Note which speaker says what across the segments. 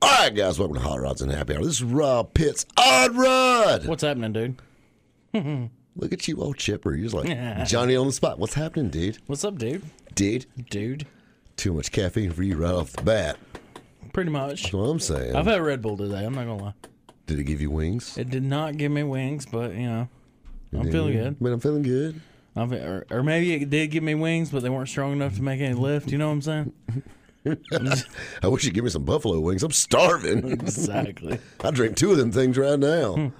Speaker 1: All right, guys, welcome to Hot Rods and Happy Hour. This is Rob Pitts, Odd Rod.
Speaker 2: What's happening, dude?
Speaker 1: Look at you, old chipper. You're just like Johnny on the spot. What's happening, dude?
Speaker 2: What's up, dude?
Speaker 1: Dude,
Speaker 2: Dude,
Speaker 1: too much caffeine for you right off the bat.
Speaker 2: pretty much.
Speaker 1: That's what I'm saying.
Speaker 2: I've had Red Bull today. I'm not gonna lie.
Speaker 1: Did it give you wings?
Speaker 2: It did not give me wings, but you know, I'm feeling good.
Speaker 1: Man, I'm feeling good.
Speaker 2: I'm, or, or maybe it did give me wings, but they weren't strong enough to make any lift. You know what I'm saying?
Speaker 1: I wish you'd give me some buffalo wings. I'm starving.
Speaker 2: Exactly.
Speaker 1: I drink two of them things right
Speaker 2: Hmm.
Speaker 1: now.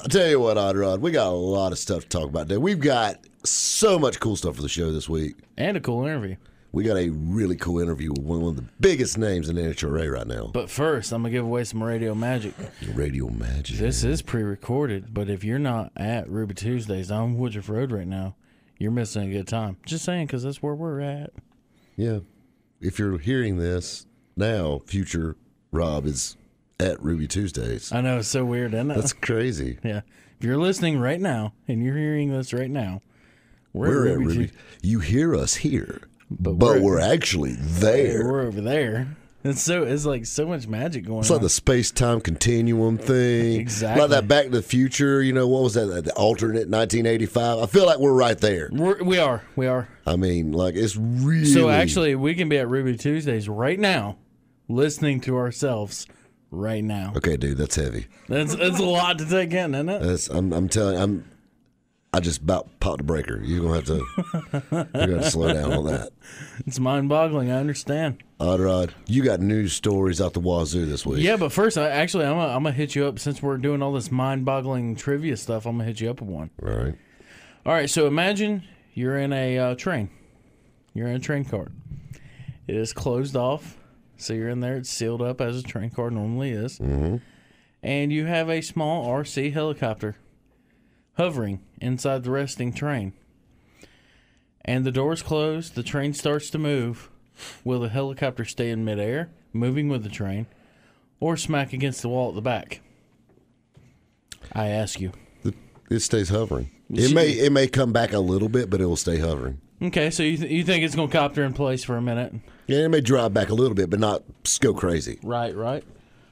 Speaker 1: I'll tell you what, Odd Rod, we got a lot of stuff to talk about today. We've got so much cool stuff for the show this week.
Speaker 2: and a cool interview.
Speaker 1: We got a really cool interview with one of the biggest names in NHRA right now.
Speaker 2: But first, I'm gonna give away some radio magic.
Speaker 1: Radio Magic.
Speaker 2: This is pre-recorded, but if you're not at Ruby Tuesdays on Woodruff Road right now, you're missing a good time. Just saying, because that's where we're at.
Speaker 1: Yeah. If you're hearing this now, future Rob is at Ruby Tuesdays.
Speaker 2: I know it's so weird, isn't it?
Speaker 1: That's crazy.
Speaker 2: Yeah. If you're listening right now and you're hearing this right now, we're,
Speaker 1: We're at
Speaker 2: Ruby
Speaker 1: Ruby.
Speaker 2: Tues-
Speaker 1: You hear us here, but,
Speaker 2: we're-
Speaker 1: we're, actually there.
Speaker 2: We're over there. It's so it's like so much magic going
Speaker 1: It's
Speaker 2: on.
Speaker 1: like the space time continuum thing.
Speaker 2: Exactly.
Speaker 1: Like that Back to the Future. You know, what was that? The alternate 1985. I feel like we're right there.
Speaker 2: we're, we are. We are.
Speaker 1: I mean, like, it's really.
Speaker 2: So actually, we can be at Ruby Tuesdays right now, listening to ourselves right now.
Speaker 1: Okay, dude, that's heavy.
Speaker 2: That's that's a lot to take in, isn't it?
Speaker 1: That's, I'm, I'm telling I'm. I just about popped the breaker. You're gonna have to. you're gonna have to slow down on that.
Speaker 2: It's mind-boggling. I understand.
Speaker 1: Odd Rod, you got news stories out the wazoo this week.
Speaker 2: Yeah, but first, I, actually, I'm gonna, I'm gonna hit you up since we're doing all this mind-boggling trivia stuff. I'm gonna hit you up with one.
Speaker 1: All right.
Speaker 2: All right, so imagine you're in a uh, train. You're in a train car. It is closed off, so you're in there. It's sealed up as a train car normally is. Mm-hmm. And you have a small RC helicopter hovering inside the resting train. And the doors close. The train starts to move. Will the helicopter stay in midair, moving with the train, or smack against the wall at the back? I ask you.
Speaker 1: The, it stays hovering. It may it may come back a little bit, but it will stay hovering.
Speaker 2: Okay, so you, th- you think it's going to copter in place for a minute?
Speaker 1: Yeah, it may drive back a little bit, but not s- go crazy.
Speaker 2: Right, right.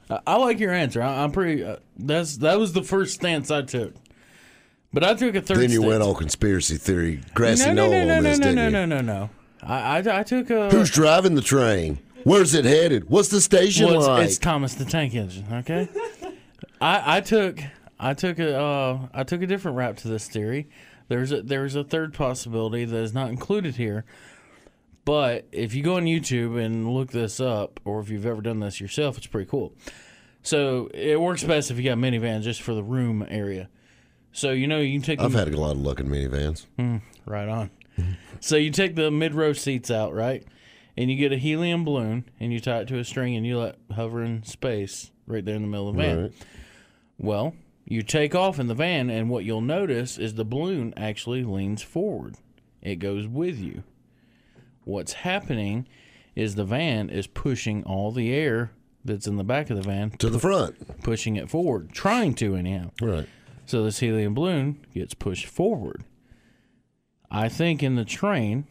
Speaker 2: Uh, I like your answer. I, I'm pretty. Uh, that's that was the first stance I took, but I took a third.
Speaker 1: Then you
Speaker 2: stance.
Speaker 1: went all conspiracy theory, grassy knoll
Speaker 2: No, no, no, no,
Speaker 1: on
Speaker 2: no,
Speaker 1: this,
Speaker 2: no,
Speaker 1: didn't
Speaker 2: no,
Speaker 1: you?
Speaker 2: no, no, no. I, I, I took a.
Speaker 1: Who's driving the train? Where's it headed? What's the station
Speaker 2: well, it's,
Speaker 1: like?
Speaker 2: it's Thomas the Tank Engine. Okay, I, I took I took a uh, I took a different route to this theory. There's a there's a third possibility that is not included here, but if you go on YouTube and look this up, or if you've ever done this yourself, it's pretty cool. So it works best if you got minivan just for the room area. So you know you can take
Speaker 1: I've
Speaker 2: the-
Speaker 1: had a lot of luck in minivans.
Speaker 2: Right on. so you take the mid row seats out, right? And you get a helium balloon and you tie it to a string and you let hover in space right there in the middle of the van.
Speaker 1: Right.
Speaker 2: Well, you take off in the van and what you'll notice is the balloon actually leans forward. It goes with you. What's happening is the van is pushing all the air that's in the back of the van,
Speaker 1: To the front.
Speaker 2: pushing it forward, trying to anyhow.
Speaker 1: Right.
Speaker 2: So this helium balloon gets pushed forward. I think in the train,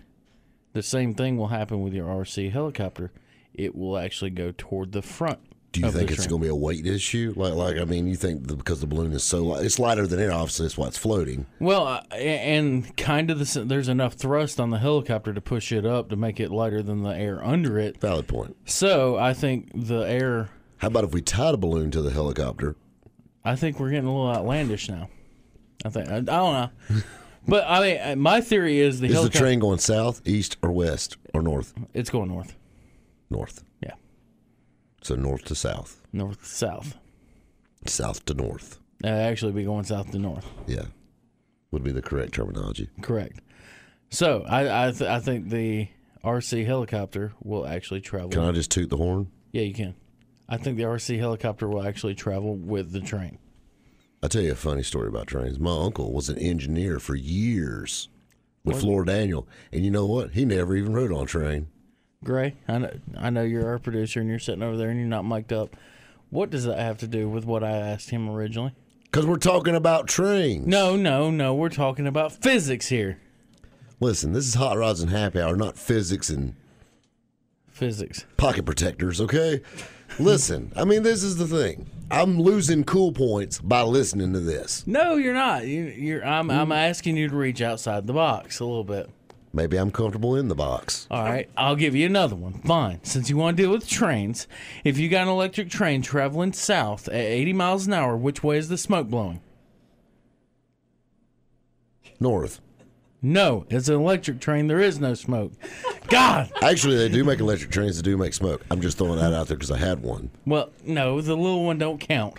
Speaker 2: the same thing will happen with your RC helicopter. It will actually go toward the front.
Speaker 1: Do you
Speaker 2: of the
Speaker 1: think it's
Speaker 2: train.
Speaker 1: going to be a weight issue? Like, like I mean, you think the, because the balloon is so light, it's lighter than air, obviously, that's why it's floating.
Speaker 2: Well, uh, a- and kind of the, s- there's enough thrust on the helicopter to push it up to make it lighter than the air under it.
Speaker 1: Valid point.
Speaker 2: So I think the air.
Speaker 1: How about if we tied a balloon to the helicopter?
Speaker 2: I think we're getting a little outlandish now. I think I, I don't know, but I mean, uh, my theory is the
Speaker 1: Is the
Speaker 2: helicopter.
Speaker 1: train going south, east, or west, or north?
Speaker 2: It's going north.
Speaker 1: North.
Speaker 2: Yeah,
Speaker 1: So north to south,
Speaker 2: north south.
Speaker 1: south to north.
Speaker 2: That'd Uh, actually be going south to north.
Speaker 1: Yeah, would be the correct terminology.
Speaker 2: Correct. So I I, th- I think the RC helicopter will actually travel.
Speaker 1: Can I just toot the horn?
Speaker 2: Yeah, you can. I think the RC helicopter will actually travel with the train.
Speaker 1: I'll tell you a funny story about trains. My uncle was an engineer for years with Floor Daniel. And you know what? He never even rode on a train.
Speaker 2: Gray, I know, I know you're our producer and you're sitting over there and you're not mic'd up. What does that have to do with what I asked him originally?
Speaker 1: Because we're talking about trains.
Speaker 2: No, no, no. We're talking about physics here.
Speaker 1: Listen, this is Hot Rods and Happy Hour, not physics and
Speaker 2: Physics.
Speaker 1: pocket protectors, okay? Listen, I mean, this is the thing. I'm losing cool points by listening to this.
Speaker 2: No, you're not. You, you're. I'm. I'm asking you to reach outside the box a little bit.
Speaker 1: Maybe I'm comfortable in the box.
Speaker 2: All right, I'll give you another one. Fine. Since you want to deal with trains, if you got an electric train traveling south at 80 miles an hour, which way is the smoke blowing?
Speaker 1: North.
Speaker 2: No, it's an electric train. There is no smoke. God.
Speaker 1: Actually, they do make electric trains that do make smoke. I'm just throwing that out there because I had one.
Speaker 2: Well, no, the little one don't count.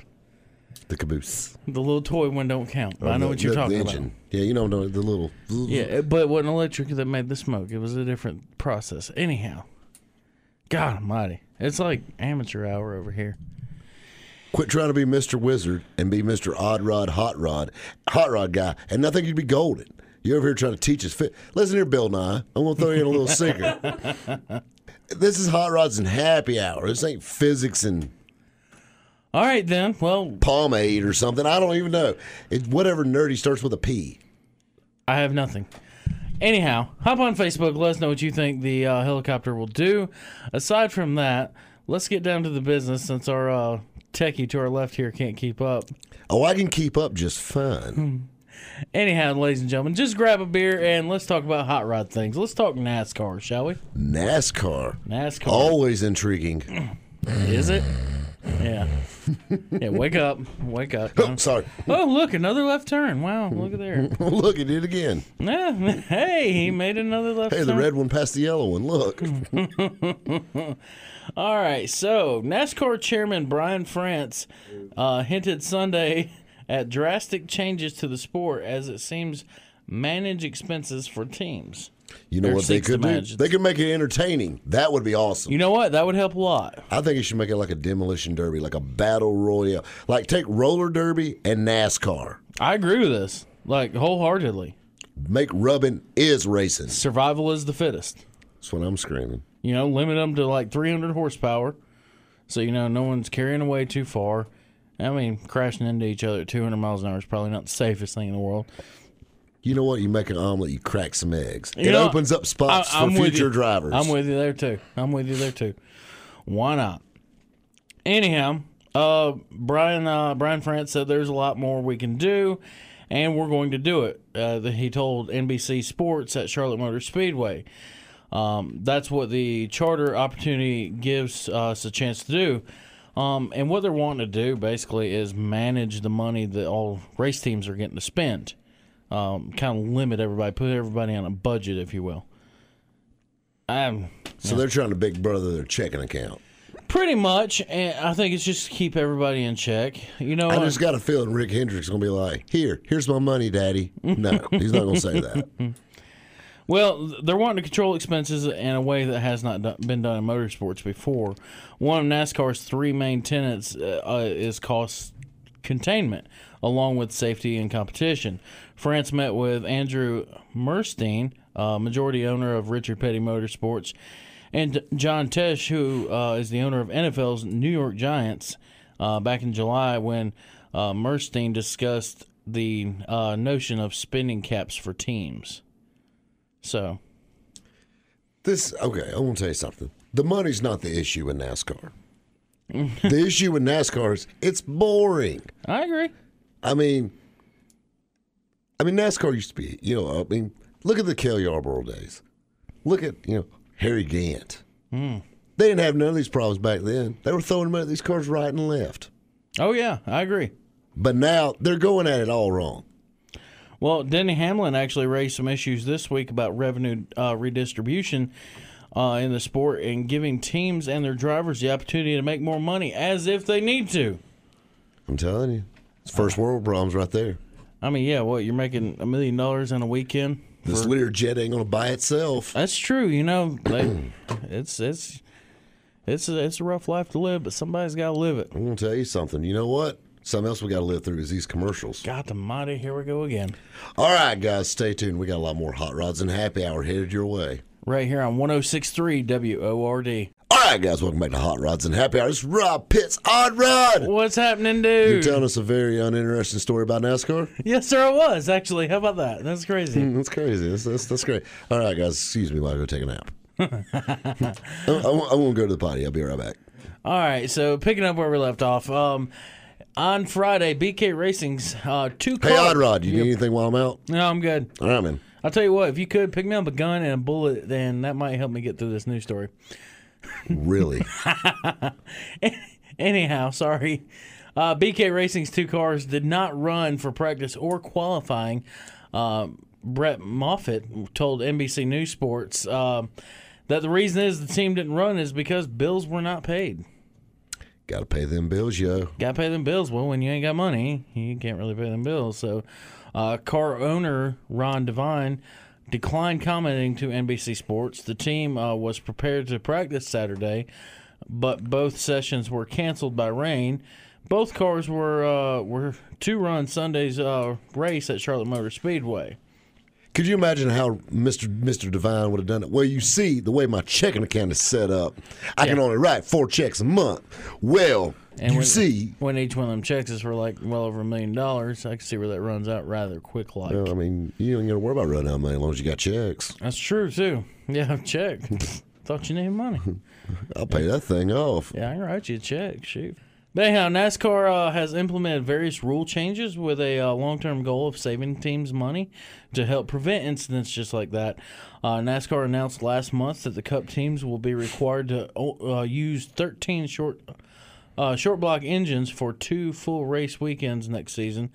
Speaker 1: The caboose.
Speaker 2: The little toy one don't count. But I know
Speaker 1: Oh, The-
Speaker 2: what you're
Speaker 1: the- the
Speaker 2: talking
Speaker 1: engine.
Speaker 2: about.
Speaker 1: Yeah, you know, the the little.
Speaker 2: Yeah, it- but it wasn't electric that made the smoke. It was a different process. Anyhow, God Almighty, it's like amateur hour over here.
Speaker 1: Quit trying to be Mr. Wizard and be Mr. Odd Rod, Hot Rod, Hot Rod guy, and I think you'd be golden. You're over here trying to teach us. Fit. Listen here, Bill Nye. I'm gonna throw you in a little secret. This is Hot Rods and Happy Hour. This ain't physics and
Speaker 2: All right then. Well,
Speaker 1: pomade or something. I don't even know. It's whatever nerdy starts with a P.
Speaker 2: I have nothing. Anyhow, hop on Facebook. Let us know what you think the uh, helicopter will do. Aside from that, let's get down to the business since our uh, techie to our left here can't keep up.
Speaker 1: Oh, I can keep up just fine.
Speaker 2: Anyhow, ladies and gentlemen, just grab a beer and let's talk about hot rod things. Let's talk NASCAR, shall we?
Speaker 1: NASCAR.
Speaker 2: NASCAR.
Speaker 1: Always intriguing.
Speaker 2: Is it? Yeah. Yeah, wake up. Wake up.
Speaker 1: Oh, sorry.
Speaker 2: Oh, look, another left turn. Wow, look at there.
Speaker 1: Look at it again.
Speaker 2: Yeah. Hey, he made another left
Speaker 1: Hey,
Speaker 2: turn.
Speaker 1: the red one passed the yellow one. Look.
Speaker 2: Hmm. All right, so NASCAR chairman Brian France uh, hinted Sunday at drastic changes to the sport as it seems manage expenses for teams.
Speaker 1: You know
Speaker 2: Or
Speaker 1: what they
Speaker 2: six
Speaker 1: could do?
Speaker 2: dimensions.
Speaker 1: They could make it entertaining. That would be awesome.
Speaker 2: You know what? That would help a lot.
Speaker 1: I think you should make it like a demolition derby, like a battle royale. Like take roller derby and NASCAR.
Speaker 2: I agree with this, like wholeheartedly.
Speaker 1: Make rubbing is racing.
Speaker 2: Survival is the fittest.
Speaker 1: That's what I'm screaming.
Speaker 2: You know, limit them to like 300 horsepower, so you know no one's carrying away too far. I mean, crashing into each other at 200 miles an hour is probably not the safest thing in the world.
Speaker 1: You know what? You make an omelet, you crack some eggs.
Speaker 2: You
Speaker 1: it
Speaker 2: know,
Speaker 1: opens up spots
Speaker 2: I- I'm
Speaker 1: for
Speaker 2: with
Speaker 1: future
Speaker 2: you.
Speaker 1: drivers.
Speaker 2: I'm with you there too. I'm with you there too. Why not? Anyhow, uh, Brian uh, Brian France said there's a lot more we can do, and we're going to do it. Uh, that he told NBC Sports at Charlotte Motor Speedway. Um, that's what the charter opportunity gives us a chance to do. Um, and what they're wanting to do basically is manage the money that all race teams are getting to spend. Um, kind of limit everybody, put everybody on a budget, if you will. Um,
Speaker 1: so they're trying to big brother their checking account.
Speaker 2: pretty much, and I think it's just to keep everybody in check. You know,
Speaker 1: I
Speaker 2: uh,
Speaker 1: just got a feeling Rick Hendricks gonna be like, "Here, here's my money, Daddy." No, he's not gonna say that.
Speaker 2: Well, th- they're wanting to control expenses in a way that has not do- been done in motorsports before. One of NASCAR's three main tenets uh, uh, is cost containment, along with safety and competition. France met with Andrew Merstein, uh, majority owner of Richard Petty Motorsports, and John Tesh, who uh, is the owner of NFL's New York Giants, uh, back in July when uh, Merstein discussed the uh, notion of spending caps for teams. So
Speaker 1: This okay, I want to tell you something. The money's not the issue in NASCAR. the issue with NASCAR is it's boring.
Speaker 2: I agree.
Speaker 1: I mean, I mean NASCAR used to be, you know, I mean, look at the Kel Yarborough days. Look at you know Harry Gant. They didn't have none of these problems back then. They were throwing them at these cars right and left.
Speaker 2: Oh yeah, I agree.
Speaker 1: But now they're going at it all wrong.
Speaker 2: Well, Denny Hamlin actually raised some issues this week about revenue uh, redistribution uh, in the sport and giving teams and their drivers the opportunity to make more money as if they need to.
Speaker 1: I'm telling you, it's first world problems right there.
Speaker 2: I mean, yeah, what you're making a million dollars in a weekend?
Speaker 1: This Learjet ain't gonna buy itself.
Speaker 2: That's true. You know, like, it's it's It's a, it's a rough life to live, but somebody's got to live it.
Speaker 1: I'm gonna tell you something. You know what? Something else we got to live through is these commercials.
Speaker 2: God almighty, here we go again.
Speaker 1: All right, guys, stay tuned. We got a lot more hot rods and happy hour headed your way.
Speaker 2: Right here on 1063 WORD.
Speaker 1: All right, guys, welcome back to Hot Rods and Happy Hour. It's Rob Pitts, Odd Rod.
Speaker 2: What's happening,
Speaker 1: You're
Speaker 2: dude?
Speaker 1: telling us a very uninteresting story about NASCAR.
Speaker 2: yes, sir, it was, actually. How about that? That's crazy.
Speaker 1: That's crazy. That's, that's, that's great. All right, guys, excuse me while I go take a nap. I, I won't, I won't go to the potty. I'll be right back.
Speaker 2: All right, so picking up where we left off. Um, on Friday, BK Racing's uh, two
Speaker 1: Hey,
Speaker 2: car-
Speaker 1: Odd Rod, you need anything while I'm out?
Speaker 2: No, I'm good.
Speaker 1: All right, man.
Speaker 2: I'll tell you what, if you could pick me up a gun and a bullet, then that might help me get through this news story.
Speaker 1: Really?
Speaker 2: Anyhow, sorry. Uh, BK Racing's two cars did not run for practice or qualifying. Um Brett Moffitt told NBC News Sports um that the reason is the team didn't run is because bills were not paid.
Speaker 1: got to pay them bills, yo.
Speaker 2: Got to pay them bills. Well, when you ain't got money, you can't really pay them bills. So, uh, car owner Ron Devine declined commenting to NBC Sports. The team uh, was prepared to practice Saturday, but both sessions were canceled by rain. Both cars were uh, were to run Sunday's uh, race at Charlotte Motor Speedway.
Speaker 1: Could you imagine how Mr. Mr. Divine would have done it? Well, you see, the way my checking account is set up, I can only write four checks a month. Well, you
Speaker 2: when,
Speaker 1: see,
Speaker 2: when each one of them checks is for like well over a million dollars, I can see where that runs out rather quick. Like
Speaker 1: well, I mean, you ain't got to worry about running out of money as long as you got checks.
Speaker 2: that's true too. Yeah, check. Thought you needed money.
Speaker 1: I'll pay that thing off.
Speaker 2: Yeah, I can write you a check. Shoot. But anyhow, NASCAR uh, has implemented various rule changes with a uh, long term goal of saving teams money to help prevent incidents just like that. Uh, NASCAR announced last month that the Cup teams will be required to uh, use 13 short uh, short block engines for two full race weekends next season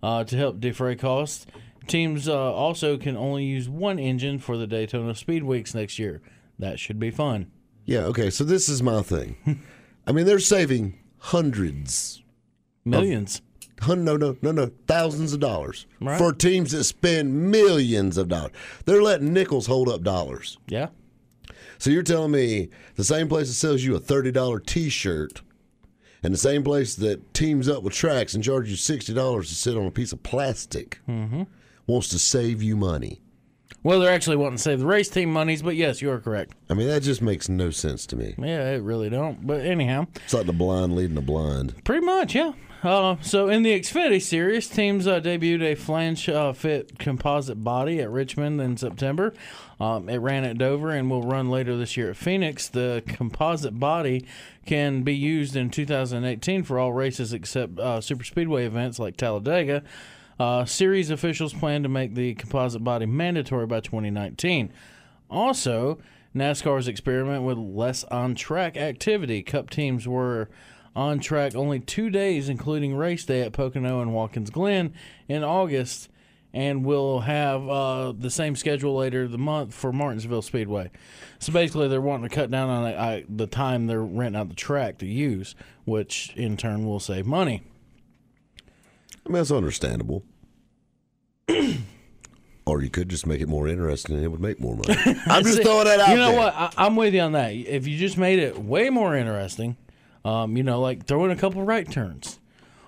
Speaker 2: uh, to help defray costs. Teams uh, also can only use one engine for the Daytona Speed Weeks next year. That should be fun.
Speaker 1: Yeah, okay, so this is my thing. I mean, they're saving hundreds,
Speaker 2: Millions.
Speaker 1: hun- no, no, no, no, thousands of dollars
Speaker 2: Right.
Speaker 1: for teams that spend millions of dollars. They're letting nickels hold up dollars.
Speaker 2: yeah.
Speaker 1: So you're telling me the same place that sells you a thirty dollar T-shirt, and the same place that teams up with tracks and charges you sixty dollars to sit on a piece of plastic
Speaker 2: Mm-hmm.
Speaker 1: wants to save you money.
Speaker 2: Well, they're actually wanting to save the race team monies, but yes, you are correct.
Speaker 1: I mean, that just makes no sense to me.
Speaker 2: Yeah, it really don't. But anyhow,
Speaker 1: It's like the blind leading the blind.
Speaker 2: pretty much, yeah. Uh, so in the Xfinity Series, teams uh, debuted a flange uh, fit composite body at Richmond in September. Um, it ran at Dover and will run later this year at Phoenix. The composite body can be used in 2018 for all races except uh, super speedway events like Talladega. Uh, series officials plan to make the composite body mandatory by 2019. Also, NASCAR's experiment with less on track activity. Cup teams were on track only two days, including race day at Pocono and Watkins Glen in August, and will have uh, the same schedule later the month for Martinsville Speedway. So basically, they're wanting to cut down on the, I, the time they're renting out the track to use, which in turn will save money.
Speaker 1: I mean, that's understandable. or you could just make it more interesting, and it would make more money. I'm just
Speaker 2: See,
Speaker 1: throwing that out.
Speaker 2: You know
Speaker 1: there.
Speaker 2: what? I, I'm with you on that. If you just made it way more interesting, um, you know, like throw in a couple right turns,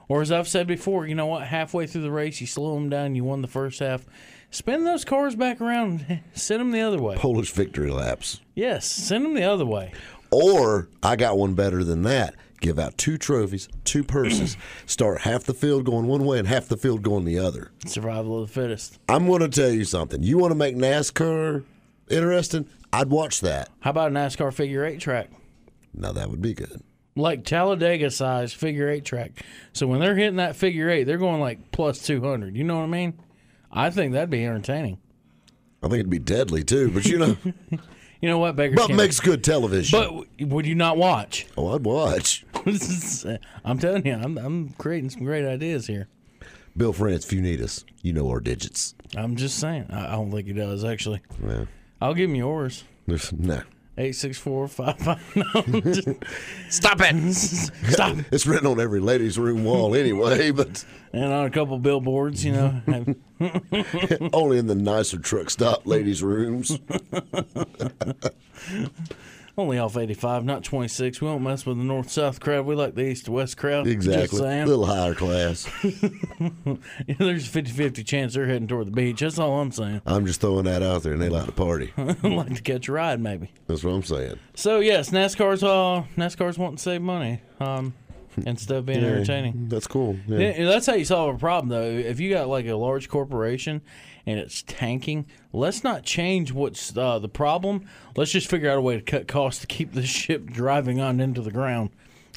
Speaker 2: or as I've said before, you know what? Halfway through the race, you slow them down. You won the first half. Spin those cars back around. and Send them the other way.
Speaker 1: Polish victory laps.
Speaker 2: Yes, send them the other way.
Speaker 1: Or I got one better than that. Give out two trophies, two purses, start half the field going one way and half the field going the other.
Speaker 2: Survival of the fittest.
Speaker 1: I'm going to tell you something. You want to make NASCAR interesting? I'd watch that.
Speaker 2: How about a NASCAR figure eight track?
Speaker 1: Now that would be good.
Speaker 2: Like Talladega size figure eight track. So when they're hitting that figure eight, they're going like plus 200. You know what I mean? I think that'd be entertaining.
Speaker 1: I think it'd be deadly too, but you know,
Speaker 2: You know what, Baker?
Speaker 1: but makes good television.
Speaker 2: But w- would you not watch?
Speaker 1: oh, I'd watch.
Speaker 2: I'm telling you, I'm, I'm creating some great ideas here.
Speaker 1: Bill France, if you need us, you know our digits.
Speaker 2: I'm just saying. I, I don't think he does, actually.
Speaker 1: Yeah.
Speaker 2: I'll give him yours.
Speaker 1: There's- No.
Speaker 2: 864 Stop it. Stop.
Speaker 1: It's written on every ladies' room wall anyway, but
Speaker 2: And on a couple billboards, you know. have-
Speaker 1: only in the nicer truck stop ladies' rooms.
Speaker 2: Only off 85, not 26. We don't mess with the north south crowd. We like the east to west crowd. Just
Speaker 1: Exactly. A
Speaker 2: saying.
Speaker 1: little higher class.
Speaker 2: There's a 50 50 chance they're heading toward the beach. That's all I'm saying.
Speaker 1: I'm just throwing that out there, and they like to party.
Speaker 2: like to catch a ride, maybe.
Speaker 1: That's what I'm saying.
Speaker 2: So, yes, NASCAR's uh, NASCAR's wanting to save money um, instead of being entertaining.
Speaker 1: That's cool. Yeah.
Speaker 2: Yeah, and that's how you solve a problem, though. If you got like a large corporation and it's tanking, let's not change what's uh, the problem. Let's just figure out a way to cut costs to keep the ship driving on into the ground.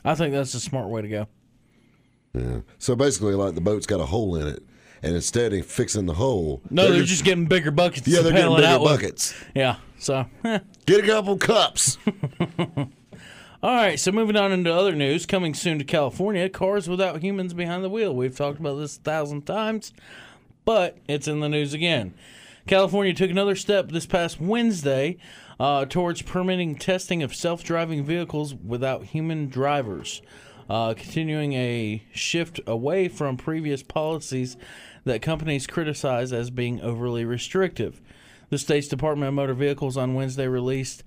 Speaker 2: I think that's a smart way to go.
Speaker 1: So basically, like the boat's got a hole in it, and instead of fixing the hole,
Speaker 2: No, they're, just, getting bigger buckets.
Speaker 1: yeah,
Speaker 2: to
Speaker 1: they're getting
Speaker 2: paddle it
Speaker 1: bigger
Speaker 2: out with.
Speaker 1: buckets.
Speaker 2: Yeah. So, eh.
Speaker 1: Get a couple cups.
Speaker 2: all right. So moving on into other news, coming soon to California, cars without humans behind the wheel. We've talked about this a thousand times, but it's in the news again. California took another step this past Wednesday uh, towards permitting testing of self driving vehicles without human drivers, uh, continuing a shift away from previous policies that companies criticize as being overly restrictive. The state's Department of Motor Vehicles on Wednesday released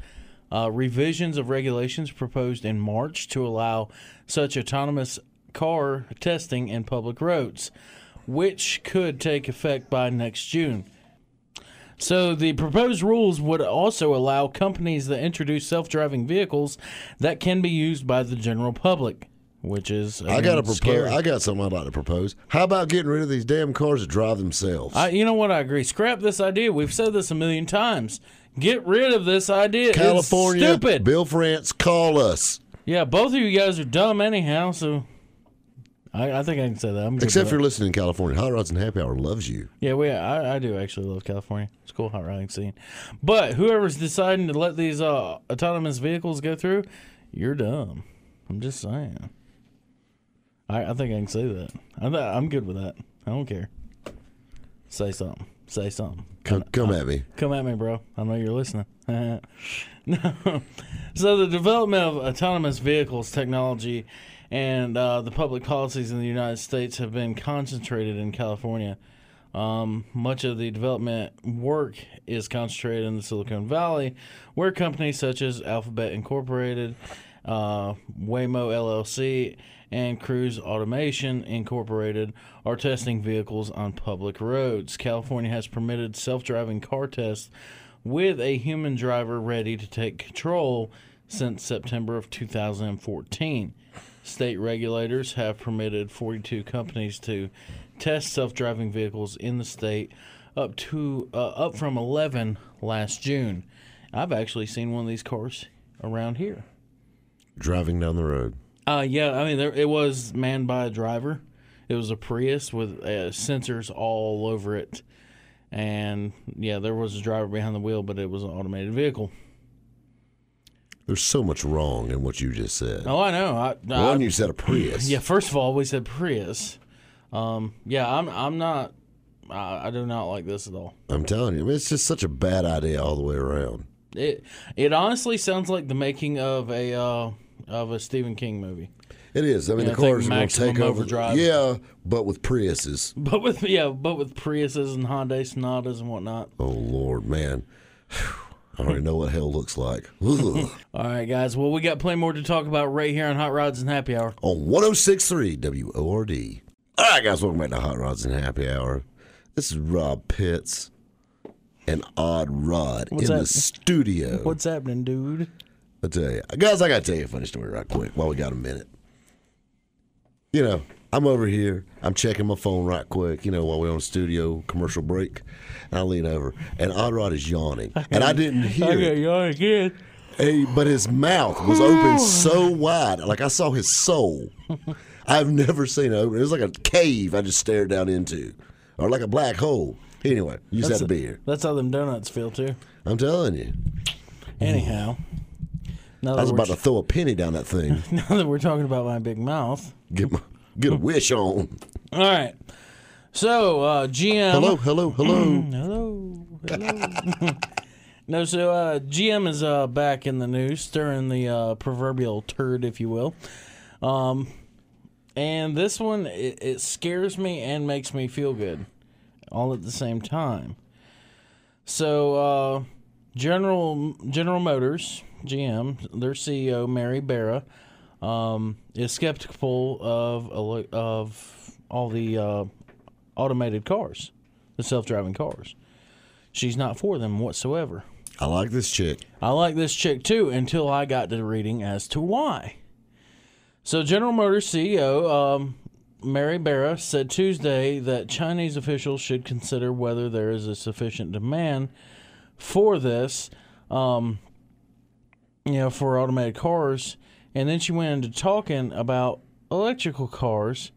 Speaker 2: uh, revisions of regulations proposed in March to allow such autonomous car testing in public roads, which could take effect by next June. So the proposed rules would also allow companies that introduce self-driving vehicles that can be used by the general public, which is
Speaker 1: I got to
Speaker 2: mean,
Speaker 1: propose.
Speaker 2: scary.
Speaker 1: I got something I'd like to propose. How about getting rid of these damn cars that drive themselves?
Speaker 2: I, you know what? I agree. Scrap this idea. We've said this a million times. Get rid of this idea. It's
Speaker 1: California,
Speaker 2: stupid.
Speaker 1: Bill France, call us.
Speaker 2: yeah, both of you guys are dumb anyhow. So I, I think I can say that. I'm good
Speaker 1: Except if
Speaker 2: with
Speaker 1: you're listening in California, Hot Rods and Happy Hour loves you.
Speaker 2: Yeah, we. I, I do actually love California. It's a cool hot riding scene, but whoever's deciding to let these uh, autonomous vehicles go through, you're dumb. I'm just saying. I, I think I can say that. I, th- I'm good with that. I don't care. Say something. Say something.
Speaker 1: Come,
Speaker 2: uh,
Speaker 1: come at me.
Speaker 2: Come at me, bro. I know you're listening. no. So the development of autonomous vehicles technology and uh, the public policies in the United States have been concentrated in California. Um, much of the development work is concentrated in the Silicon Valley, where companies such as Alphabet Incorporated, uh, Waymo LLC, and Cruise Automation Incorporated are testing vehicles on public roads. California has permitted self driving car tests with a human driver ready to take control since September of 2014. State regulators have permitted 42 companies to test self-driving vehicles in the state, up to uh, up from 11 last June. I've actually seen one of these cars around here.
Speaker 1: Driving down the road.
Speaker 2: Uh, yeah, I mean, there, it was manned by a driver. It was a Prius with uh, sensors all over it, and yeah, there was a driver behind the wheel, but it was an automated vehicle.
Speaker 1: There's so much wrong in what you just said.
Speaker 2: Oh, I know. I, I,
Speaker 1: One, you said a Prius.
Speaker 2: Yeah, first of all, we said Prius. Um, yeah, I'm I'm not. I, I do not like this at all.
Speaker 1: I'm telling you, I mean, it's just such a bad idea all the way around.
Speaker 2: It it honestly sounds like the making of a uh, of a Stephen King movie,
Speaker 1: It is. I mean,
Speaker 2: Yeah, I
Speaker 1: the
Speaker 2: think
Speaker 1: cars are going to
Speaker 2: maximum
Speaker 1: take over.
Speaker 2: overdrive.
Speaker 1: Yeah, but with Priuses.
Speaker 2: but with yeah, but with Priuses and Hyundai Sonatas and whatnot.
Speaker 1: Oh Lord, man, I already know what hell looks like. Ugh.
Speaker 2: All right, guys. Well, we got plenty more to talk about right here on Hot Rods and Happy Hour.
Speaker 1: on 1063 WORD. All right, guys, welcome back to Hot Rods and Happy Hour. This is Rob Pitts and Odd Rod
Speaker 2: What's
Speaker 1: in
Speaker 2: that?
Speaker 1: the studio.
Speaker 2: What's happening, dude?
Speaker 1: I tell you, guys, I gotta tell you a funny story right quick while we got a minute. You know, I'm over here. I'm checking my phone right quick. You know, while we're on studio commercial break, and I lean over, and Odd Rod is yawning, and I didn't hear it.
Speaker 2: y'all again.
Speaker 1: Hey, but his mouth was open so wide, like I saw his soul. I've never seen it open. It was like a cave I just stared down into, or like a black hole. Anyway, you just had a beer.
Speaker 2: That's how them donuts feel too.
Speaker 1: I'm telling you,
Speaker 2: Anyhow, now
Speaker 1: I
Speaker 2: that,
Speaker 1: was
Speaker 2: we're,
Speaker 1: Mm. about to throw a penny down that thing.
Speaker 2: now that we're talking about my big mouth.
Speaker 1: Get my get a wish on.
Speaker 2: All right. So uh, GM.
Speaker 1: Hello, hello, hello.
Speaker 2: Hello. Hello. no, so uh, GM is uh, back in the news, stirring the uh, proverbial turd, if you will. Um, and this one, it, it scares me and makes me feel good all at the same time. So uh, General General Motors GM, their CEO Mary Barra, um, is skeptical of ele- of all the uh, automated cars, the self driving cars. She's not for them whatsoever.
Speaker 1: I like this chick.
Speaker 2: I like this chick too until I got to reading as to why. So, General Motors CEO um, Mary Barra said Tuesday that Chinese officials should consider whether there is a sufficient demand for this, um, you know, for automated cars. And then she went into talking about electrical cars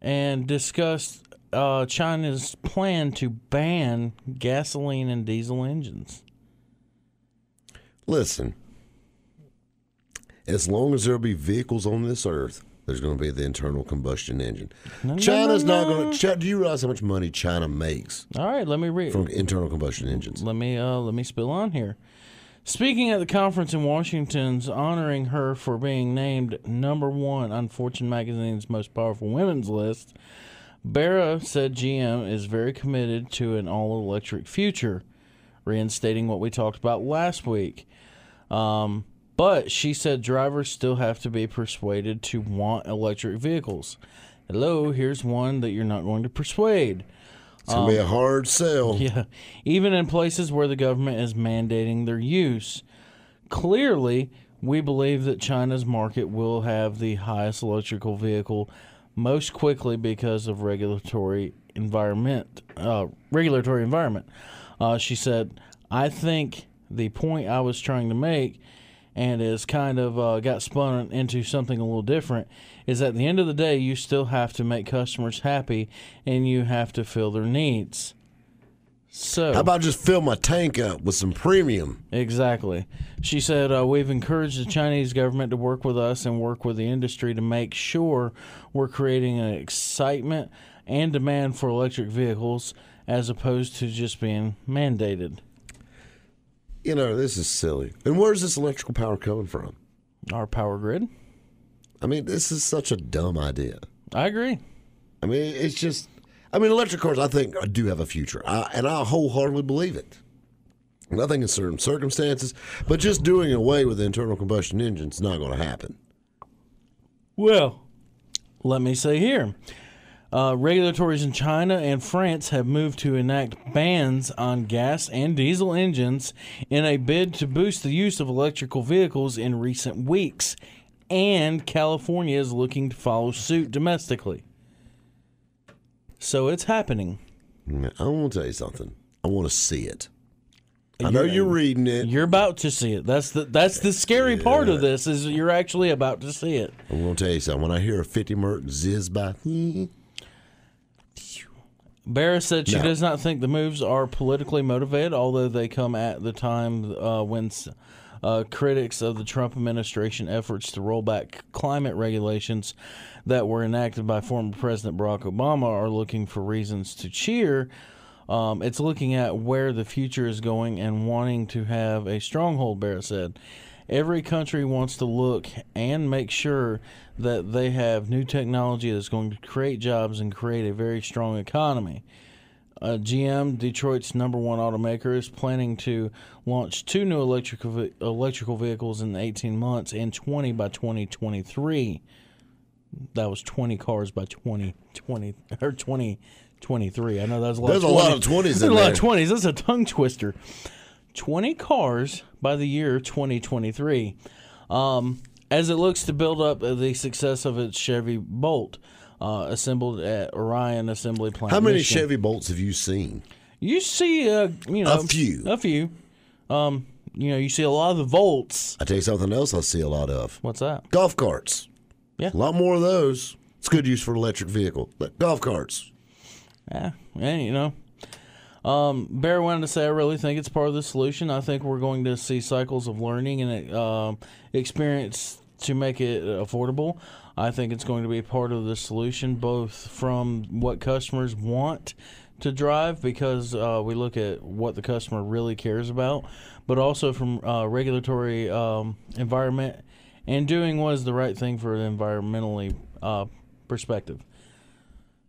Speaker 2: and discussed uh, China's plan to ban gasoline and diesel engines.
Speaker 1: Listen, as long as there'll be vehicles on this earth, there's going to be the internal combustion engine. China's not going to. Chi- do you realize how much money China makes
Speaker 2: All right, let me read.
Speaker 1: from internal combustion engines?
Speaker 2: Let me uh, let me spill on here. Speaking at the conference in Washington's honoring her for being named number one on Fortune magazine's most powerful women's list, Barra said GM is very committed to an all electric future, reinstating what we talked about last week. Um, but she said drivers still have to be persuaded to want electric vehicles. Hello, here's one that you're not going to persuade.
Speaker 1: It's going to be a hard sell.
Speaker 2: Yeah, even in places where the government is mandating their use. Clearly, we believe that China's market will have the highest electrical vehicle most quickly because of regulatory environment. Uh, regulatory environment, uh, she said. I think the point I was trying to make, and is kind of uh, got spun into something a little different, is at the end of the day, you still have to make customers happy, and you have to fill their needs. So
Speaker 1: How about just fill my tank up with some premium?
Speaker 2: Exactly. She said, uh, We've encouraged the Chinese government to work with us and work with the industry to make sure we're creating an excitement and demand for electric vehicles as opposed to just being mandated.
Speaker 1: You know, this is silly. And where's this electrical power coming from?
Speaker 2: Our power grid?
Speaker 1: I mean, this is such a dumb idea.
Speaker 2: I agree.
Speaker 1: I mean, it's just. I mean, electric cars. I think uh, do have a future, I, and I wholeheartedly believe it. Nothing in certain circumstances, but just doing away with the internal combustion engine is not going to happen.
Speaker 2: Well, let me say here. Uh, regulators in China and France have moved to enact bans on gas and diesel engines in a bid to boost the use of electrical vehicles in recent weeks. And California is looking to follow suit domestically. So it's happening.
Speaker 1: I want to tell you something. I want to see it. I know you're reading it.
Speaker 2: You're about to see it. That's the that's the scary part of this is you're actually about to see it.
Speaker 1: I'm going to tell you something. When I hear a 50 merc zizz by,
Speaker 2: Barra said she
Speaker 1: No.
Speaker 2: does not think the moves are politically motivated, although they come at the time uh, when s- uh, critics of the Trump administration efforts to roll back climate regulations that were enacted by former President Barack Obama are looking for reasons to cheer. Um, it's looking at where the future is going and wanting to have a stronghold, Barra said. Every country wants to look and make sure that they have new technology that's going to create jobs and create a very strong economy. Uh, GM, Detroit's number one automaker, is planning to launch two new electrical ve- electrical vehicles in 18 months and 20 by 2023. That was 20 cars by 2020 or 2023. I know that's a lot.
Speaker 1: There's a lot of 20s in
Speaker 2: There's a lot of
Speaker 1: there.
Speaker 2: 20s. That's a tongue twister. 20 cars by the year 2023 um, as it looks to build up the success of its Chevy Bolt, uh, assembled at Orion Assembly Plant.
Speaker 1: how many
Speaker 2: Michigan.
Speaker 1: Chevy Bolts have you seen?
Speaker 2: You see, uh, you know,
Speaker 1: A few.
Speaker 2: a few. Um, you know, you see a lot of the volts.
Speaker 1: I tell you something else. I see a lot of
Speaker 2: What's that?
Speaker 1: golf carts.
Speaker 2: Yeah.
Speaker 1: a lot more of those. It's good use for an electric vehicle. But golf carts.
Speaker 2: Yeah, and you know. Um, Bear wanted to say, I really think it's part of the solution. I think we're going to see cycles of learning and um experience to make it affordable. I think it's going to be part of the solution, both from what customers want to drive, because uh, we look at what the customer really cares about, but also from uh, regulatory um, environment and doing what is the right thing for an environmentally uh, perspective.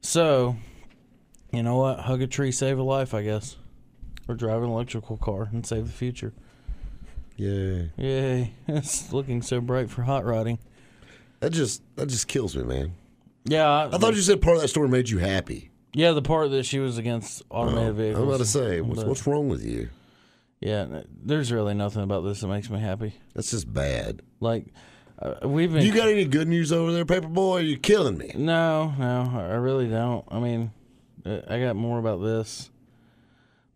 Speaker 2: So, you know what? Hug a tree, save a life, I guess. or drive an electrical car and save the future.
Speaker 1: Yay.
Speaker 2: Yay, it's looking so bright for hot rodding.
Speaker 1: That just that just kills me, man.
Speaker 2: Yeah, I,
Speaker 1: I thought you said part of that story made you happy.
Speaker 2: yeah, the part that she was against automated vehicles.
Speaker 1: I'm about to say, what's,
Speaker 2: but-
Speaker 1: what's wrong with you?
Speaker 2: Yeah, n- there's really nothing about this that makes me happy.
Speaker 1: That's just bad.
Speaker 2: Like uh, we've been
Speaker 1: You got any good news over there, Paperboy? You're killing me.
Speaker 2: No, no, I I really don't. I mean, uh, I got more about this.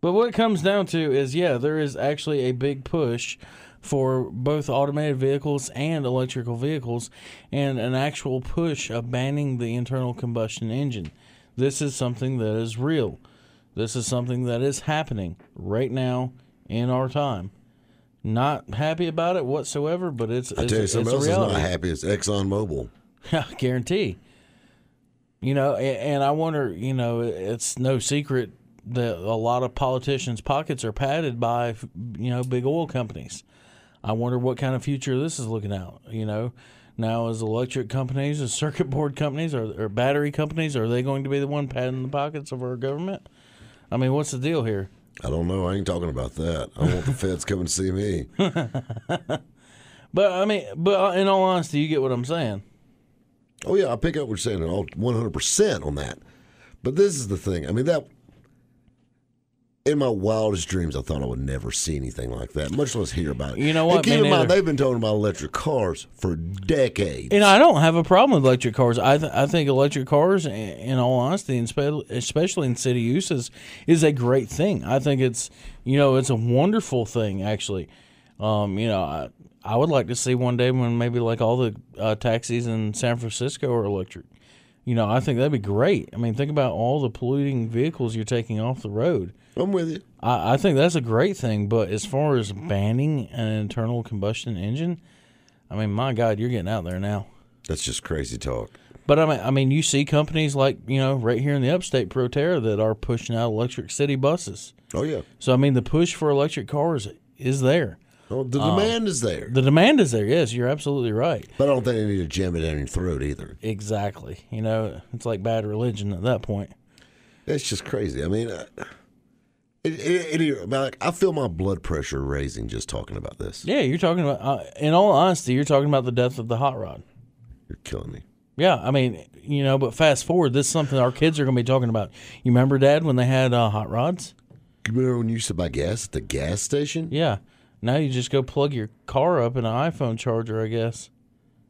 Speaker 2: But what it comes down to is yeah, there is actually a big push for both automated vehicles and electrical vehicles and an actual push of banning the internal combustion engine. This is something that is real. This is something that is happening right now in our time. Not happy about it whatsoever, but it's
Speaker 1: I
Speaker 2: it's,
Speaker 1: tell you,
Speaker 2: it's a
Speaker 1: somebody else
Speaker 2: reality.
Speaker 1: is not happy. It's ExxonMobil.
Speaker 2: I guarantee. You know, a- and I wonder, you know, it's no secret that a lot of politicians' pockets are padded by, you know, big oil companies. I wonder what kind of future this is looking out, you know. Now, as electric companies, as circuit board companies, or, or battery companies, are they going to be the one padding the pockets of our government? I mean, what's the deal here?
Speaker 1: I don't know. I ain't talking about that. I want the feds coming to see me.
Speaker 2: But I mean, but uh, in all honesty, you get what I'm saying.
Speaker 1: Oh yeah, I pick up what you're saying all 100% on that. But this is the thing. I mean that in my wildest dreams, I thought I would never see anything like that, much less hear about it.
Speaker 2: You know what?
Speaker 1: And keep
Speaker 2: Me
Speaker 1: in mind,
Speaker 2: neither.
Speaker 1: they've been talking about electric cars for decades.
Speaker 2: And I don't have a problem with electric cars. I th- I think electric cars, i- in all honesty, and spe- especially in city uses, is a great thing. I think it's you know it's a wonderful thing actually. Um, you know, I, I would like to see one day when maybe like all the uh, taxis in San Francisco are electric. You know, I think that'd be great. I mean, think about all the polluting vehicles you're taking off the road.
Speaker 1: I'm with you.
Speaker 2: I, I think that's a great thing, but as far as banning an internal combustion engine, I mean, my God, you're getting out there now.
Speaker 1: That's just crazy talk.
Speaker 2: But I mean, I mean, you see companies like you know right here in the upstate, Proterra, that are pushing out electric city buses.
Speaker 1: Oh yeah,
Speaker 2: So I mean, the push for electric cars is there.
Speaker 1: oh, the demand is there,
Speaker 2: Um, The demand is there. Yes, you're absolutely right.
Speaker 1: but I don't think they need to jam it down your throat either.
Speaker 2: Exactly. You know, it's like bad religion at that point.
Speaker 1: That's just crazy. I mean, uh, it, it, it, I mean, like, I feel my blood pressure raising just talking about this.
Speaker 2: Yeah, you're talking about. Uh, in all honesty, you're talking about the death of the hot rod.
Speaker 1: You're killing me.
Speaker 2: Yeah, I mean, you know, but fast forward, this is something our kids are going to be talking about. You remember, Dad, when they had uh, hot rods?
Speaker 1: You remember when you used to buy gas at the gas station?
Speaker 2: Yeah. Now you just go plug your car up in an iPhone charger, I guess,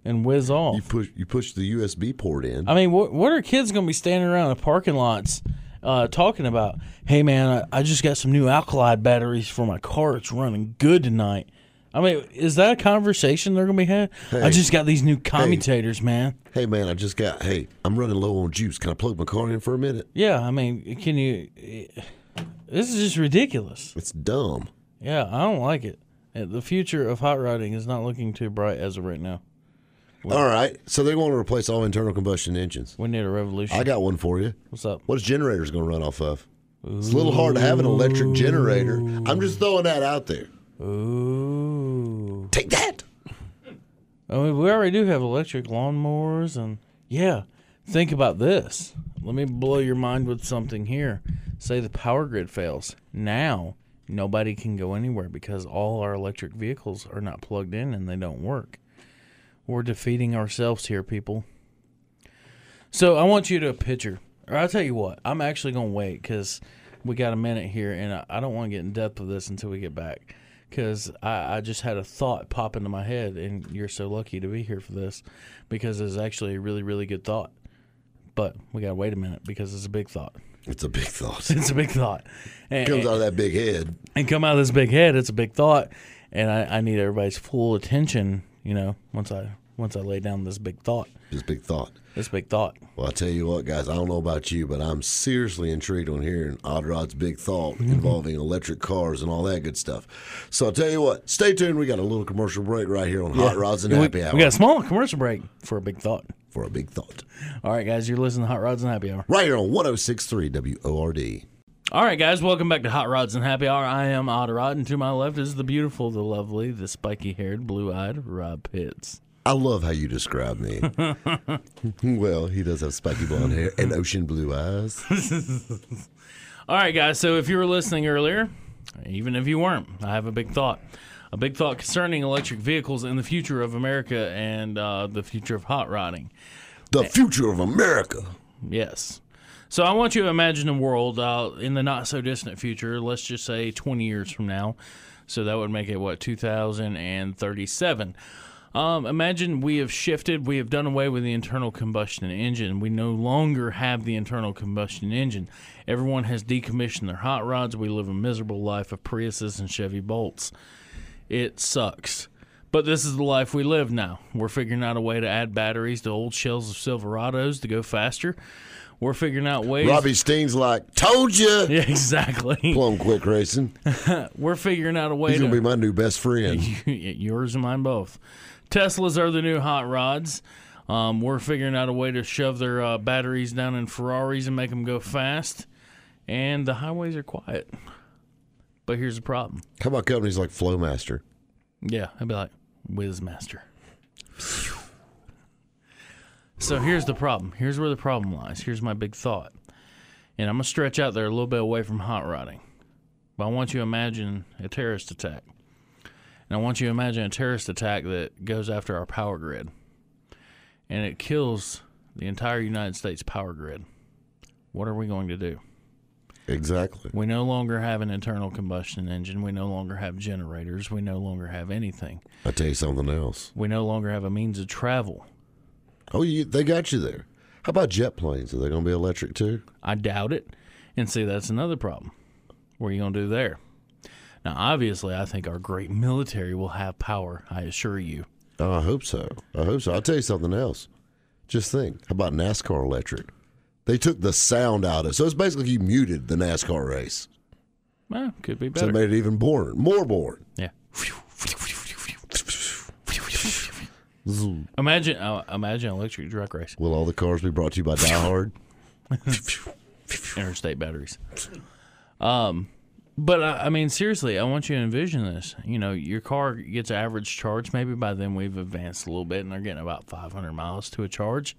Speaker 2: and whiz off.
Speaker 1: You push you push the USB port in.
Speaker 2: I mean, what what are kids gonna be standing around in parking lots uh, talking about? Hey, man, I, I just got some new alkali batteries for my car. It's running good tonight. I mean, is that a conversation they're gonna be having? I
Speaker 1: Hey.
Speaker 2: just got these new commutators, man.
Speaker 1: hey man, I just got hey, I'm running low on juice. Can I plug my car in for a minute?
Speaker 2: Yeah, I mean, can you? This is just ridiculous.
Speaker 1: It's dumb.
Speaker 2: Yeah, I don't like it. Uh, The future of hot rodding is not looking too bright as of right now.
Speaker 1: All right. So they're going to replace all internal combustion engines.
Speaker 2: We need a revolution.
Speaker 1: I got one for you.
Speaker 2: What's up?
Speaker 1: What's generators going to run off of? It's a little hard to have an electric generator. I'm just throwing that out there.
Speaker 2: Ooh.
Speaker 1: Take that.
Speaker 2: I mean, we already do have electric lawnmowers, and yeah, think about this. Let me blow your mind with something here. Say the power grid fails. Now, nobody can go anywhere because all our electric vehicles are not plugged in and they don't work. We're defeating ourselves here, people. So, I want you to picture, or I'll tell you what, I'm actually going to wait because we got a minute here, and I, I don't want to get in depth with this until we get back because I, I just had a thought pop into my head, and you're so lucky to be here for this because it's actually a really, really good thought. But we got to wait a minute because it's a big thought.
Speaker 1: It's a big thought.
Speaker 2: It's a big thought. And,
Speaker 1: comes out of that big head.
Speaker 2: and come out of this big head. It's a big thought, and I, I need everybody's full attention. You know, once I once I lay down this big thought,
Speaker 1: This big thought.
Speaker 2: this big thought.
Speaker 1: Well, I tell you what, guys, I don't know about you, but I'm seriously intrigued on hearing Oddrod's big thought
Speaker 2: Mm-hmm.
Speaker 1: involving electric cars and all that good stuff. So I'll tell you what, stay tuned. We got a little commercial break right here on Hot Rods and
Speaker 2: we,
Speaker 1: Happy Hour
Speaker 2: we got a small commercial break for a big thought.
Speaker 1: for a big thought.
Speaker 2: All right, guys, you're listening to Hot Rods and Happy Hour.
Speaker 1: Right here on 1063 WORD.
Speaker 2: All right, guys, welcome back to Hot Rods and Happy Hour. I am Odd Rod, and to my left is the beautiful, the lovely, the spiky-haired, blue-eyed Rob Pitts.
Speaker 1: I love how you describe me. well, he does have spiky blonde hair and ocean blue eyes.
Speaker 2: All right, guys. So if you were listening earlier, Even if you weren't, I have a big thought. A big thought concerning electric vehicles and the future of America and uh, the future of hot rodding.
Speaker 1: The future of America.
Speaker 2: Yes. So I want you to imagine a world uh, in the not so distant future, let's just say 20 years from now. So that would make it, what, 2037. Um, imagine we have shifted, we have done away with the internal combustion engine. We no longer have the internal combustion engine. Everyone has decommissioned their hot rods. We live a miserable life of Priuses and Chevy Bolts. It sucks. But this is the life we live now. We're figuring out a way to add batteries to old shells of Silverados to go faster. We're figuring out ways.
Speaker 1: Robbie Steen's like, told you.
Speaker 2: Yeah, exactly.
Speaker 1: Plum quick racing.
Speaker 2: We're figuring out a way
Speaker 1: He's
Speaker 2: to.
Speaker 1: gonna be my new best friend.
Speaker 2: yours and mine both. Teslas are the new hot rods. Um, we're figuring out a way to shove their uh, batteries down in Ferraris and make them go fast. And the highways are quiet. But here's the problem.
Speaker 1: How about companies like Flowmaster?
Speaker 2: Yeah, I'd be like, Whizmaster. So here's the problem. Here's where the problem lies. Here's my big thought. And I'm going to stretch out there a little bit away from hot rodding. But I want you to imagine a terrorist attack. And I want you to imagine a terrorist attack that goes after our power grid. And it kills the entire United States power grid. What are we going to do?
Speaker 1: Exactly.
Speaker 2: We no longer have an internal combustion engine. We no longer have generators. We no longer have anything.
Speaker 1: I tell you something else.
Speaker 2: We no longer have a means of travel.
Speaker 1: Oh, you, they got you there. How about jet planes? Are they gonna be electric too?
Speaker 2: I doubt it. And see, that's another problem. What are you going to do there? Now, obviously, I think our great military will have power, I assure you.
Speaker 1: Oh, I hope so. I hope so. I'll tell you something else. Just think. How about NASCAR electric? They took the sound out of it. So it's basically you muted the NASCAR race.
Speaker 2: Well, could be
Speaker 1: So
Speaker 2: better.
Speaker 1: it made it even boring. More boring.
Speaker 2: yeah. Imagine, uh, imagine an electric truck race,
Speaker 1: Will all the cars be brought to you by Die Hard?
Speaker 2: interstate batteries. Um, but I, I mean, seriously, I want you to envision this. You know, your car gets average charge. Maybe by then we've advanced a little bit, and they're getting about 500 miles to a charge.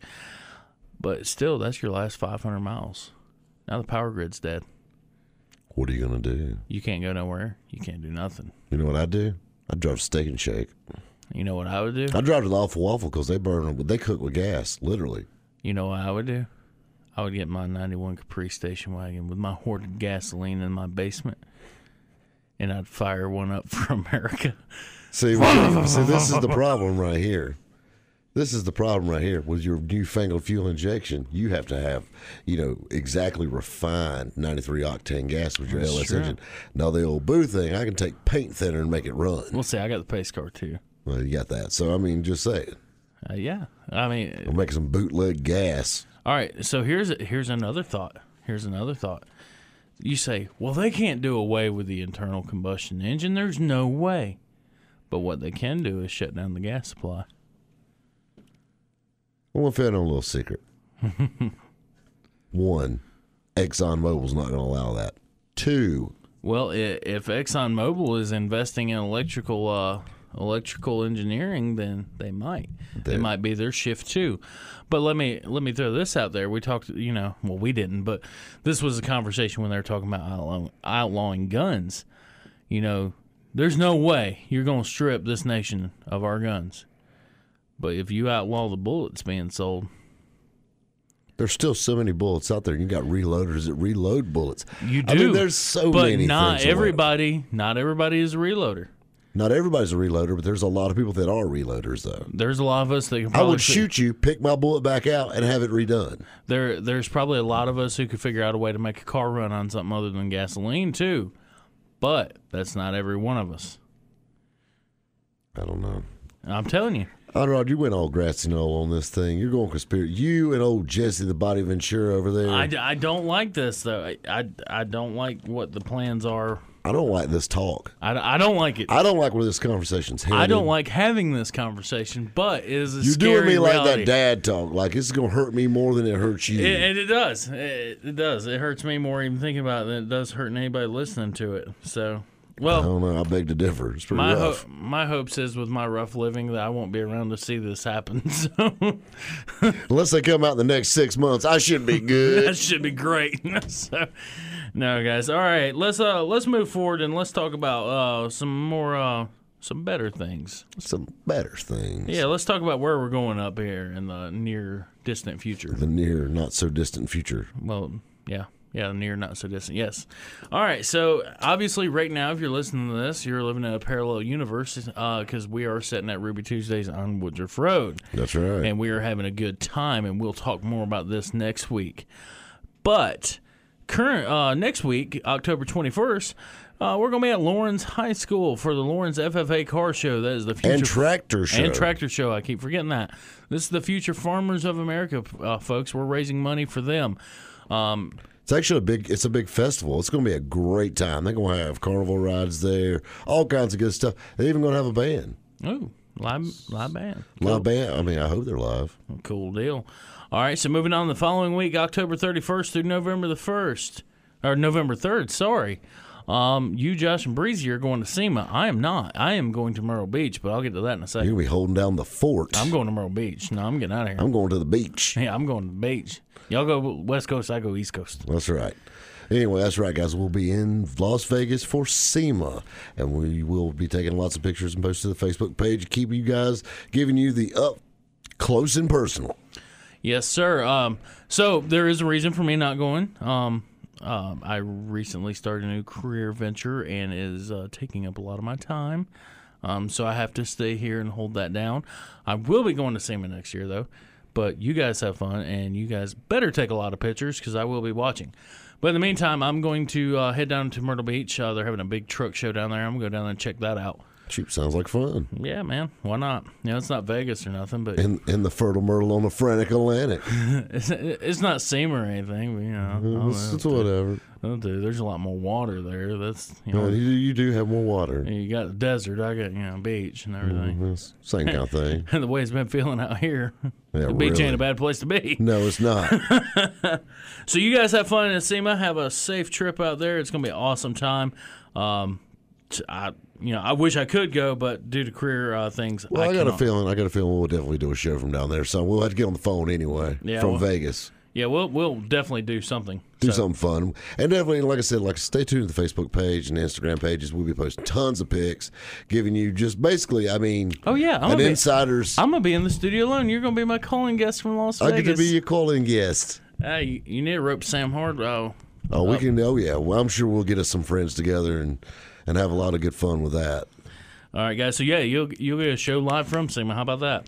Speaker 2: But still, that's your last 500 miles. Now the power grid's dead.
Speaker 1: What are you gonna do?
Speaker 2: You can't go nowhere. You can't do nothing.
Speaker 1: You know what I do? I drive Steak and Shake.
Speaker 2: You know what I would do?
Speaker 1: I drive to the Awful Waffle because they burn them. They cook with gas, literally.
Speaker 2: You know what I would do? I would get my 91 Capri station wagon with my hoarded gasoline in my basement, and I'd fire one up for America.
Speaker 1: See, we- see, this is the problem right here. This is the problem right here with your newfangled fuel injection. You have to have, you know, exactly refined 93 octane gas with your LS
Speaker 2: true.
Speaker 1: engine. Now the old boo thing, I can take paint thinner and make it run.
Speaker 2: We'll see. I got the pace car too.
Speaker 1: Well, you got that. So I mean, just say it.
Speaker 2: Uh, yeah. I mean,
Speaker 1: I'll make some bootleg gas.
Speaker 2: All right, so here's here's another thought. Here's another thought. You say, "Well, they can't do away with the internal combustion engine. There's no way." But what they can do is shut down the gas supply.
Speaker 1: I want to find out a little secret. One, ExxonMobil's not going to allow that. Two,
Speaker 2: Well, i- if ExxonMobil is investing in electrical uh, electrical engineering, then they might. They
Speaker 1: They-
Speaker 2: might be their shift too. But let me let me throw this out there. We talked, you know, well, we didn't, but this was a conversation when they were talking about outlaw- outlawing guns. You know, there's no way you're going to strip this nation of our guns. But if you outlaw the bullets being sold,
Speaker 1: There's still so many bullets out there. You got reloaders that reload bullets.
Speaker 2: you do.
Speaker 1: I mean, there's so
Speaker 2: but
Speaker 1: many.
Speaker 2: not
Speaker 1: things to learn.
Speaker 2: everybody. Not everybody is a reloader.
Speaker 1: Not everybody's a reloader, but there's a lot of people that are reloaders, though.
Speaker 2: There's a lot of us that can.
Speaker 1: I
Speaker 2: Probably
Speaker 1: would
Speaker 2: fi-
Speaker 1: shoot you, pick my bullet back out, and have it redone.
Speaker 2: There, there's probably a lot of us who could figure out a way to make a car run on something other than gasoline too, but that's not every one of us.
Speaker 1: I don't know.
Speaker 2: I'm telling you,
Speaker 1: Rod, you went all grassy knoll on this thing. You're going conspiracy. You and old Jesse, the body Ventura over there.
Speaker 2: I,
Speaker 1: I,
Speaker 2: d- I don't like this though. I, I, I don't like what the plans are.
Speaker 1: don't like this talk.
Speaker 2: I, d- I don't like it. I,
Speaker 1: I don't like where this conversation's headed.
Speaker 2: don't like having this conversation, but it is a
Speaker 1: You're doing
Speaker 2: scary
Speaker 1: me like
Speaker 2: reality.
Speaker 1: that dad talk. Like this is gonna hurt me more than it hurts you.
Speaker 2: It, and it does. It, it does. It hurts me more even thinking about it than it does hurting anybody listening to it. So
Speaker 1: I
Speaker 2: Well,
Speaker 1: don't know. I beg to differ. It's pretty
Speaker 2: my ho-
Speaker 1: rough.
Speaker 2: my hopes is with my rough living that I won't be around to see this happen. So
Speaker 1: Unless they come out in the next six months, I should be good.
Speaker 2: that should be great. so, no, guys. All right, let's uh let's move forward and let's talk about uh some more uh some better things.
Speaker 1: Some better things.
Speaker 2: Yeah, let's talk about where we're going up here in the near distant future.
Speaker 1: The near, not so distant future.
Speaker 2: Well, yeah. Yeah, near, not so distant. Yes. All right. So, obviously, right now, if you're listening to this, you're living in a parallel universe because we are sitting at Ruby Tuesdays on Woodruff Road
Speaker 1: That's right.
Speaker 2: and we are having a good time, and we'll talk more about this next week. But current uh, next week, October 21st, uh, we're going to be at Lawrence High School for the Lawrence FFA Car Show. That is the future
Speaker 1: and tractor show.
Speaker 2: and tractor show. I keep forgetting that. This is the future farmers of America, uh, folks. We're raising money for them. Um,
Speaker 1: It's actually a big. It's a big festival. It's going to be a great time. They're going to have carnival rides there, all kinds of good stuff. They're even going to have a band,
Speaker 2: oh, live, live band.
Speaker 1: live band. I mean, I hope they're live.
Speaker 2: Cool deal. All right, so moving on the following week, October 31st through November the 1st, or November 3rd, sorry. Um, you, Josh, and Breezy are going to SEMA. I am not. I am going to Myrtle Beach, but I'll get to that in a
Speaker 1: You're
Speaker 2: second.
Speaker 1: going to be holding down the fort.
Speaker 2: I'm going to Myrtle Beach. No, I'm getting out of here.
Speaker 1: I'm going to the beach.
Speaker 2: Yeah, I'm going to the beach. Y'all go West Coast, I go East Coast.
Speaker 1: That's right. Anyway, that's right, guys. We'll be in Las Vegas for SEMA, and we will be taking lots of pictures and posting to the Facebook page, keeping you guys, giving you the up close and personal.
Speaker 2: Yes, sir. Um, so there is a reason for me not going. Um, um, I recently started a new career venture and it is uh, taking up a lot of my time. Um, so I have to stay here and hold that down. I will be going to SEMA next year though. But you guys have fun and you guys better take a lot of pictures because I will be watching. But in the meantime, I'm going to uh, head down to Myrtle Beach. Uh, they're having a big truck show down there. I'm gonna go down there and check that out.
Speaker 1: Cheap sounds like fun.
Speaker 2: Yeah, man. Why not? You know, it's not Vegas or nothing, but
Speaker 1: In in the fertile myrtle on the frantic Atlantic.
Speaker 2: it's, it's not SEMA or anything. But you know, I'll-
Speaker 1: it's, it's whatever.
Speaker 2: Oh, dude, there's a lot more water there. That's you
Speaker 1: Uh,
Speaker 2: know,
Speaker 1: you, you do have more water.
Speaker 2: you got the desert. I got you know beach and everything.
Speaker 1: That's Same kind of thing.
Speaker 2: And the way it's been feeling out here,
Speaker 1: Mm-hmm. Yeah,
Speaker 2: the beach ain't
Speaker 1: really.
Speaker 2: a bad place to be.
Speaker 1: No, it's not.
Speaker 2: So you guys have fun in SEMA. Have a safe trip out there. It's gonna be an awesome time. Um, t- I you know I wish I could go, but due to career uh, things,
Speaker 1: Well, I, got a
Speaker 2: cannot.
Speaker 1: feeling. I got a feeling we'll definitely do a show from down there. So we'll have to get on the phone anyway
Speaker 2: Yeah,
Speaker 1: from
Speaker 2: well-
Speaker 1: Vegas.
Speaker 2: Yeah, we'll we'll definitely do something.
Speaker 1: Do
Speaker 2: So-
Speaker 1: something fun, and definitely, like I said, like stay tuned to the Facebook page and Instagram pages. We'll be posting tons of pics, giving you just basically, I mean,
Speaker 2: Oh yeah, I'm
Speaker 1: an
Speaker 2: gonna, be,
Speaker 1: insider's. i
Speaker 2: I'm gonna be in the studio alone. You're gonna be my calling guest from Las
Speaker 1: get to
Speaker 2: Vegas.
Speaker 1: be your calling guest.
Speaker 2: Hey, you, you need to rope Sam Hardrow.
Speaker 1: Oh, we can. Oh yeah, well, I'm sure we'll get us some friends together and and have a lot of good fun with that.
Speaker 2: All right, guys. So yeah, you'll you'll get a show live from SEMA. How about that?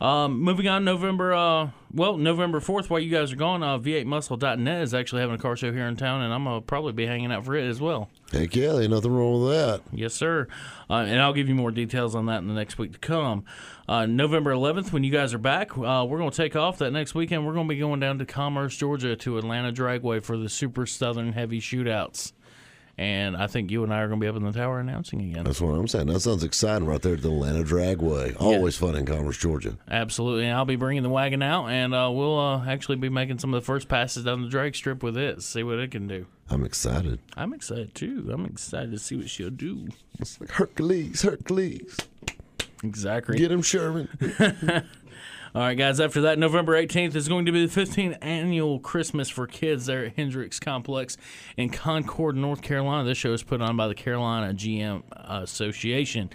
Speaker 2: Um, moving on, November uh, well, November fourth. While you guys are gone, uh, V8Muscle.net is actually having a car show here in town, and I'm gonna probably be hanging out for it as well.
Speaker 1: Heck yeah, ain't nothing wrong with that.
Speaker 2: Yes, sir. Uh, and I'll give you more details on that in the next week to come. Uh, November 11th, when you guys are back, uh, we're going to take off that next weekend. We're going to be going down to Commerce, Georgia to Atlanta Dragway for the Super Southern Heavy Shootouts. And I think you and I are going to be up in the tower announcing again.
Speaker 1: That's what I'm saying. That sounds exciting right there at the Atlanta Dragway. Always fun in Commerce, Georgia.
Speaker 2: Absolutely, and I'll be bringing the wagon out, and uh, we'll uh, actually be making some of the first passes down the drag strip with it. See what it can do.
Speaker 1: I'm excited.
Speaker 2: I'm excited too. I'm excited to see what she'll do.
Speaker 1: It's like Hercules, Hercules.
Speaker 2: Exactly.
Speaker 1: Get him, Sherman.
Speaker 2: All right, guys. After that, November 18th is going to be the 15th annual Christmas for Kids there at Hendricks Complex in Concord, North Carolina. This show is put on by the Carolina GM Association.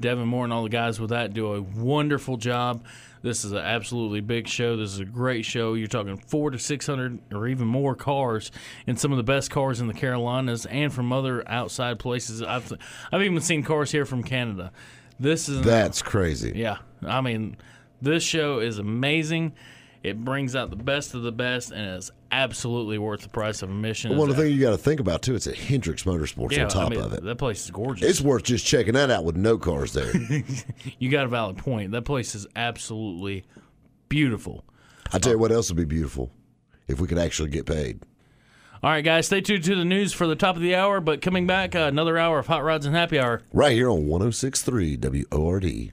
Speaker 2: Devin Moore and all the guys with that do a wonderful job. This is an absolutely big show. This is a great show. You're talking four to 600 or even more cars, and some of the best cars in the Carolinas and from other outside places. I've, I've even seen cars here from Canada. This is an
Speaker 1: That's crazy.
Speaker 2: yeah. I mean, this show is amazing. It brings out the best of the best and it's absolutely worth the price of admission.
Speaker 1: One
Speaker 2: It's-
Speaker 1: of the things you got to think about too, it's at Hendrix Motorsports
Speaker 2: yeah,
Speaker 1: on top
Speaker 2: I mean,
Speaker 1: of it.
Speaker 2: That place is gorgeous.
Speaker 1: It's worth just checking that out with no cars there.
Speaker 2: you got a valid point. That place is absolutely beautiful.
Speaker 1: I tell you what else would be beautiful if we could actually get paid.
Speaker 2: All right, guys, stay tuned to the news for the top of the hour. But coming back, uh, another hour of Hot Rods and Happy Hour.
Speaker 1: Right here on 1063 WORD.